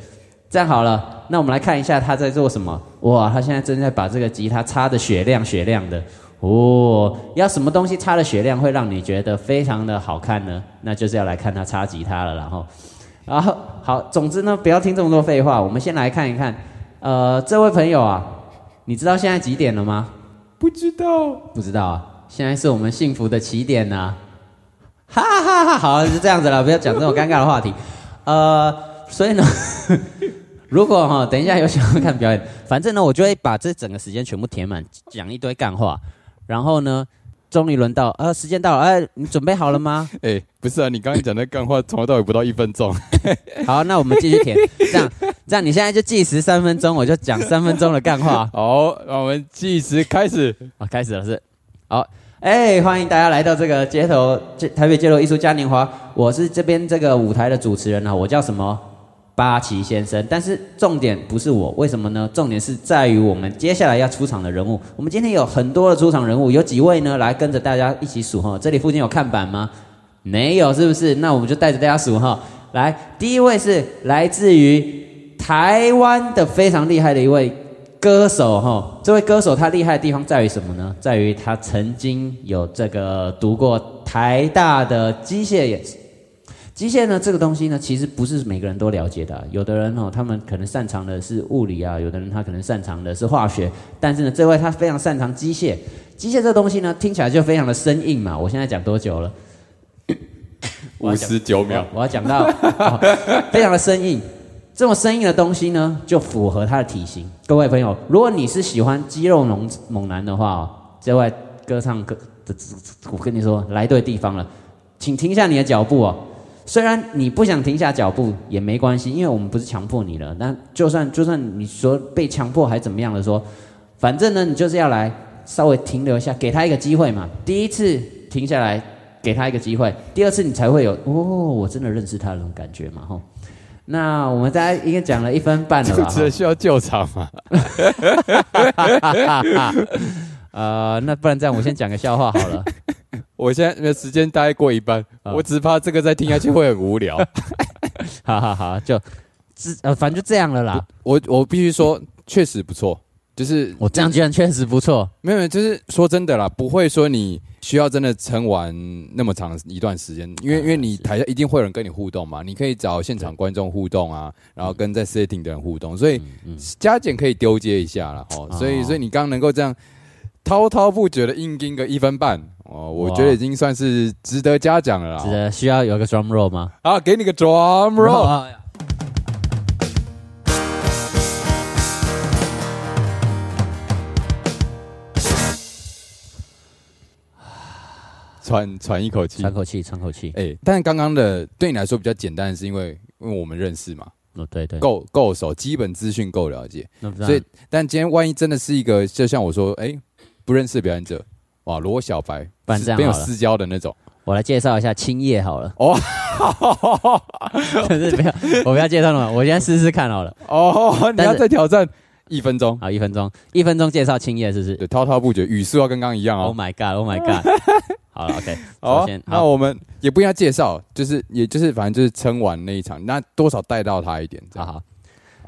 [SPEAKER 1] 这样好了，那我们来看一下他在做什么。哇，他现在正在把这个吉他擦的雪亮雪亮的。哦，要什么东西擦的雪亮会让你觉得非常的好看呢？那就是要来看他擦吉他了啦吼，然后，然后好，总之呢，不要听这么多废话，我们先来看一看。呃，这位朋友啊，你知道现在几点了吗？
[SPEAKER 2] 不知道，
[SPEAKER 1] 不知道啊，现在是我们幸福的起点呐、哈哈哈！好，就这样子了，不要讲这种尴尬的话题。呃，所以呢， 如果哈、等一下有想要看表演，反正呢，我就会把这整个时间全部填满，讲一堆干话。然后呢，终于轮到，呃，时间到了，哎、你准备好了吗？
[SPEAKER 2] 哎、不是啊，你刚刚讲的干话从头到尾不到一分钟，
[SPEAKER 1] 好，那我们继续填。这样，这样，你现在就计时三分钟，我就讲三分钟的干话。
[SPEAKER 2] 好，让我们计时开始。
[SPEAKER 1] 啊，开始了是，好，哎、欢迎大家来到这个街头街台北街头艺术嘉年华，我是这边这个舞台的主持人啊，我叫什么？八旗先生，但是重点不是我，为什么呢？重点是在于我们接下来要出场的人物。我们今天有很多的出场人物，有几位呢？来跟着大家一起数哈。这里附近有看板吗？没有，是不是？那我们就带着大家数哈。来，第一位是来自于台湾的非常厉害的一位歌手哈，这位歌手他厉害的地方在于什么呢？在于他曾经有这个读过台大的机械演机械呢这个东西呢，其实不是每个人都了解的啊、有的人哦，他们可能擅长的是物理啊，有的人他可能擅长的是化学，但是呢，这位他非常擅长机械。机械这东西呢，听起来就非常的生硬嘛。我现在讲多久了？我
[SPEAKER 2] 五
[SPEAKER 1] 要讲
[SPEAKER 2] 十九秒
[SPEAKER 1] 我，我要讲到、哦非常的生硬。这么生硬的东西呢，就符合他的体型。各位朋友，如果你是喜欢肌肉猛猛男的话哦，这位歌唱歌的，我跟你说，来对地方了，请停下你的脚步哦。虽然你不想停下脚步也没关系，因为我们不是强迫你了。那就算就算你说被强迫还怎么样的说，反正呢，你就是要来稍微停留一下，给他一个机会嘛。第一次停下来，给他一个机会；第二次你才会有哦，我真的认识他的那种感觉嘛。吼，那我们大家应该讲了一分半了
[SPEAKER 2] 主
[SPEAKER 1] 吧？
[SPEAKER 2] 持人需要救场吗？
[SPEAKER 1] 呃，那不然这样，我先讲个笑话好了。
[SPEAKER 2] 我现在时间大概过一半，
[SPEAKER 1] 啊
[SPEAKER 2] 我只怕这个再听下去会很 无聊。
[SPEAKER 1] 好好好，就这呃，反正就这样了啦。
[SPEAKER 2] 我我必须说，确实不错，就是
[SPEAKER 1] 我这样居然确实不错。
[SPEAKER 2] 没有，没有就是说真的啦，不会说你需要真的撑完那么长一段时间，因为
[SPEAKER 1] 嗯
[SPEAKER 2] 因为你台下一定会有人跟你互动嘛，你可以找现场观众互动啊，然后跟在 setting 的人互动，所以
[SPEAKER 1] 嗯
[SPEAKER 2] 加减可以丢接一下啦。哦，
[SPEAKER 1] 哦
[SPEAKER 2] 所以所以你刚刚能够这样滔滔不绝的硬盯个一分半哦，我
[SPEAKER 1] 哇
[SPEAKER 2] 觉得已经算是值得嘉奖了啦。
[SPEAKER 1] 是
[SPEAKER 2] 哦
[SPEAKER 1] 的，需要有个 drum roll 吗？
[SPEAKER 2] 好，给你个 drum roll。喘喘一口气
[SPEAKER 1] 喘。口气，喘口气。
[SPEAKER 2] 哎、但刚刚的对你来说比较简单，是因为因为我们认识嘛，
[SPEAKER 1] 哦，对对，
[SPEAKER 2] 够够熟，基本资讯够了解。
[SPEAKER 1] 那不然
[SPEAKER 2] 所以，但今天万一真的是一个，就像我说，哎、不认识的表演者，哇，罗小白，
[SPEAKER 1] 不然这样
[SPEAKER 2] 没有
[SPEAKER 1] 好了
[SPEAKER 2] 私交的那种，
[SPEAKER 1] 我来介绍一下青叶好 了。
[SPEAKER 2] 哦，
[SPEAKER 1] 哦但是不要，我不要介绍了嘛，我先试试看好了。
[SPEAKER 2] 哦，你
[SPEAKER 1] 但
[SPEAKER 2] 要
[SPEAKER 1] 是
[SPEAKER 2] 再挑战一分钟，
[SPEAKER 1] 好，一分钟，一分钟介绍青叶是不是
[SPEAKER 2] 对，滔滔不绝，语速要跟刚刚一样
[SPEAKER 1] ？Oh
[SPEAKER 2] 哦。
[SPEAKER 1] my god，Oh my god。好了，OK，
[SPEAKER 2] 好
[SPEAKER 1] 哦首
[SPEAKER 2] 啊
[SPEAKER 1] 先，，
[SPEAKER 2] 那
[SPEAKER 1] 好，
[SPEAKER 2] 我们也不应该介绍，就是也就是反正就是撑完那一场，那多少带到他一点，这
[SPEAKER 1] 好
[SPEAKER 2] 样。
[SPEAKER 1] 好。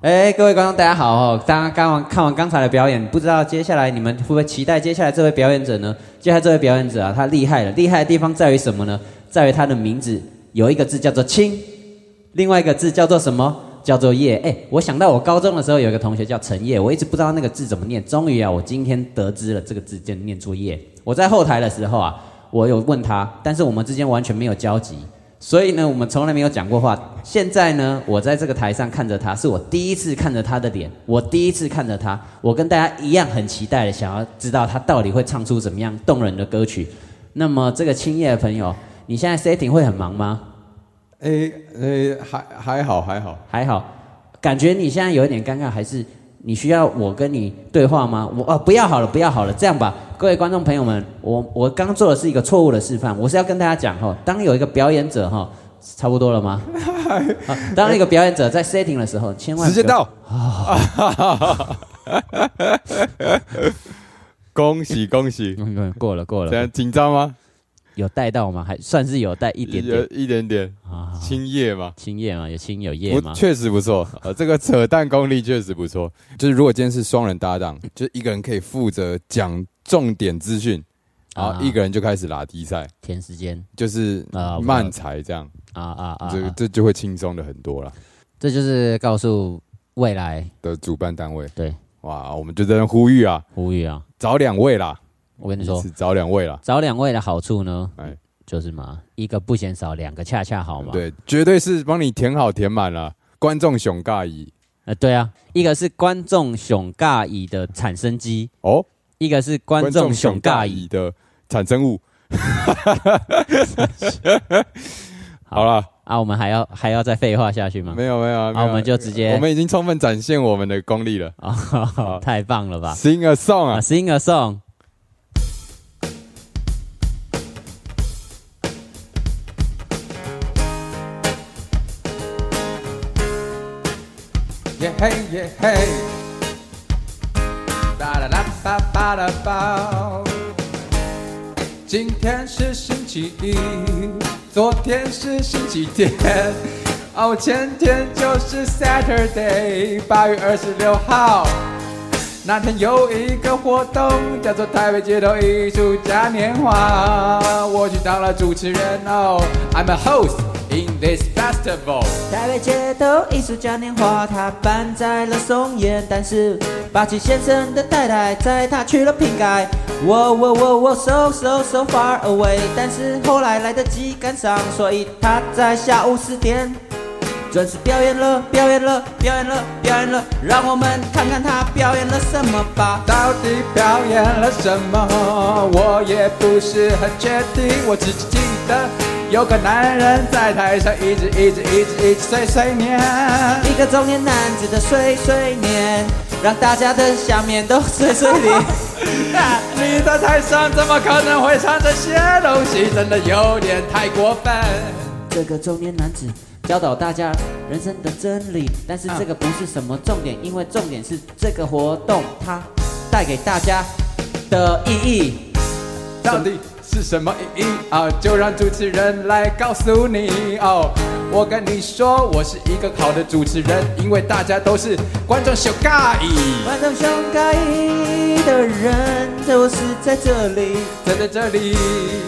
[SPEAKER 1] 哎，各位观众，大家好哦！大家刚完看完刚才的表演，不知道接下来你们会不会期待接下来这位表演者呢？接下来这位表演者啊，他厉害了，厉害的地方在于什么呢？在于他的名字有一个字叫做“青”，另外一个字叫做什么？叫做叶。哎、我想到我高中的时候有一个同学叫陈叶，我一直不知道那个字怎么念。终于啊，我今天得知了这个字就念出叶。我在后台的时候啊，我有问他，但是我们之间完全没有交集，所以呢，我们从来没有讲过话。现在呢，我在这个台上看着他，是我第一次看着他的脸，我第一次看着他，我跟大家一样很期待的，想要知道他到底会唱出怎么样动人的歌曲。那么这个青叶的朋友，你现在 setting 会很忙吗？
[SPEAKER 2] 哎哎，还还好还好，
[SPEAKER 1] 还好，感觉你现在有一点尴尬，还是你需要我跟你对话吗？我哦，不要好了，不要好了，这样吧，各位观众朋友们，我我刚做的是一个错误的示范，我是要跟大家讲哈，当有一个表演者哈，差不多了 吗？好当一个表演者在 setting 的时候，千万
[SPEAKER 2] 时间
[SPEAKER 1] 不要
[SPEAKER 2] 到。 恭喜恭喜！
[SPEAKER 1] 嗯，嗯过了过
[SPEAKER 2] 这
[SPEAKER 1] 了，
[SPEAKER 2] 样紧张吗？
[SPEAKER 1] 有带到吗？还算是有带一点点
[SPEAKER 2] 有一点点
[SPEAKER 1] 啊，好
[SPEAKER 2] 青叶嘛，
[SPEAKER 1] 青叶嘛，有青有叶
[SPEAKER 2] 不，
[SPEAKER 1] 嘛，
[SPEAKER 2] 确实 不错。呃，这个扯淡功力确实不错。就是如果今天是双人搭档，就是一个人可以负责讲重点资讯，然
[SPEAKER 1] 啊
[SPEAKER 2] 后一个人就开始拉低赛，
[SPEAKER 1] 填时间
[SPEAKER 2] 就是
[SPEAKER 1] 啊我
[SPEAKER 2] 慢才这样，
[SPEAKER 1] 啊啊啊，
[SPEAKER 2] 这
[SPEAKER 1] 啊
[SPEAKER 2] 这就会轻松的很多了。
[SPEAKER 1] 这就是告诉未来
[SPEAKER 2] 的主办单位，
[SPEAKER 1] 对
[SPEAKER 2] 哇，我们就在那呼吁啊，
[SPEAKER 1] 呼吁啊，
[SPEAKER 2] 找两位啦，
[SPEAKER 1] 我跟你说
[SPEAKER 2] 是。找两位啦，
[SPEAKER 1] 找两位的好处呢，
[SPEAKER 2] 哎
[SPEAKER 1] 就是嘛，一个不嫌少，两个恰恰好嘛。，
[SPEAKER 3] 啊
[SPEAKER 2] 对，绝对是帮你填好填满了，观众熊尬意。
[SPEAKER 1] 呃，对啊，一个是观众熊尬椅的产生机，
[SPEAKER 3] 哦，
[SPEAKER 1] 一个是观众熊尬椅。
[SPEAKER 3] 的产生物。 好了，
[SPEAKER 1] 啊，我们还要还要再废话下去吗？
[SPEAKER 3] 没有没有啊，没
[SPEAKER 1] 啊，
[SPEAKER 3] 有
[SPEAKER 1] 我们就直接
[SPEAKER 3] 我们已经充分展现我们的功力了。
[SPEAKER 1] 哦， 太棒了吧！
[SPEAKER 3] Sing a song
[SPEAKER 1] 啊
[SPEAKER 3] 啊，
[SPEAKER 1] ，sing a song。
[SPEAKER 2] Yeah, hey, yeah, hey. Da da da ba ba da ba. 今天是星期一，昨天是星期天，哦，前天就是 Saturday，八月二十六号。那天有一个活动，叫做台北街头艺术嘉年华，我去当了主持人哦，I'm a host in this festival。
[SPEAKER 4] 台北街头艺术嘉年华，它办在了松烟，但是八旗先生的太太载他去了瓶盖。我我我我 so so so far away，但是后来来得及赶上，所以他在下午四点准时表演了，表演了，表演了，表演了。让我们看看他表演了什么吧。
[SPEAKER 2] 到底表演了什么？我也不是很确定，我只记得有个男人在台上一直一直一直一直碎碎念。
[SPEAKER 4] 一个中年男子的碎碎念， 让大家的下面都碎碎念。
[SPEAKER 2] 你在台上怎么可能会唱这些东西？真的有点太过分。
[SPEAKER 4] 这个中年男子教导大家人生的真理，但是这个不是什么重点，因为重点是这个活动它带给大家的意义。
[SPEAKER 2] 到底是什么意义啊？就让主持人来告诉你哦。我跟你说，我是一个好的主持人，因为大家都是观众小尬意。
[SPEAKER 4] 观众胸盖的人就是在这里，
[SPEAKER 2] 站在这里，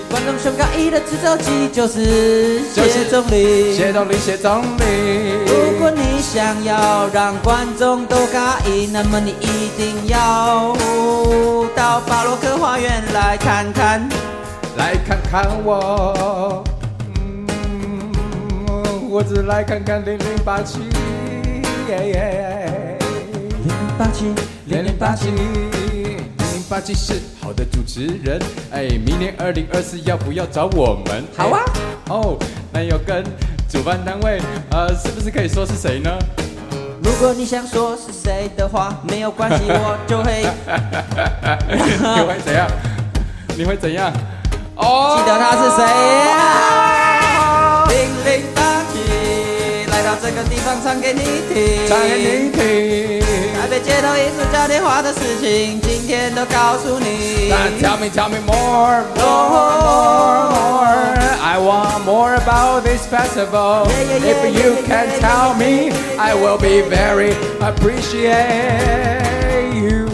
[SPEAKER 4] 观众胸盖的制造机就是
[SPEAKER 2] 就是
[SPEAKER 4] 谢总理。
[SPEAKER 2] 谢总理，谢总理。
[SPEAKER 4] 如果你想要让观众都尬意，那么你一定要到巴洛克花园来看看。
[SPEAKER 2] 来看看我，嗯，我只来看看零零八七，
[SPEAKER 4] 八七
[SPEAKER 2] 零零八七，零零八七是好的主持人。哎，明年二零二四要不要找我们？
[SPEAKER 4] 好啊
[SPEAKER 2] 哎。哦，那要跟主办单位，呃，是不是可以说是谁 呢？
[SPEAKER 4] 如果你想说是谁的话，没有关系，我就会
[SPEAKER 2] 你会怎样？你会怎样？哦，
[SPEAKER 4] 记得他是
[SPEAKER 2] 哦
[SPEAKER 4] 谁。零零八七，来到这个地方唱给你听，
[SPEAKER 2] 唱给你。听。
[SPEAKER 4] 台北街头艺术嘉年华的事情，今天都告诉你。
[SPEAKER 2] Now tell me, tell me more, more, more, more. I want more about this festival.
[SPEAKER 4] Yeah, yeah, yeah,
[SPEAKER 2] if you
[SPEAKER 4] yeah,
[SPEAKER 2] can
[SPEAKER 4] yeah,
[SPEAKER 2] tell
[SPEAKER 4] yeah,
[SPEAKER 2] me,
[SPEAKER 4] yeah, yeah,
[SPEAKER 2] I
[SPEAKER 4] yeah,
[SPEAKER 2] will be
[SPEAKER 4] yeah, yeah.
[SPEAKER 2] very appreciate you.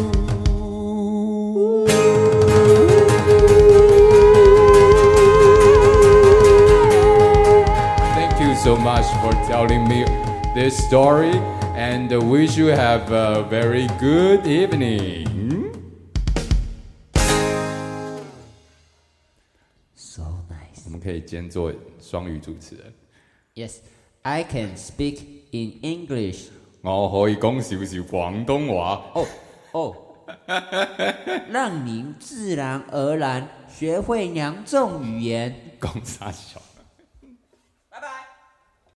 [SPEAKER 2] Thank you so much for telling me this story, and wish you have a very good evening.
[SPEAKER 1] So nice.
[SPEAKER 3] 我们可以兼做双语主持人。
[SPEAKER 1] Yes, I can speak in English.
[SPEAKER 3] 我可以讲少少广东话。
[SPEAKER 1] 哦
[SPEAKER 4] Oh,
[SPEAKER 1] 哦，让您自然而然学会两种语言。
[SPEAKER 3] 讲啥小？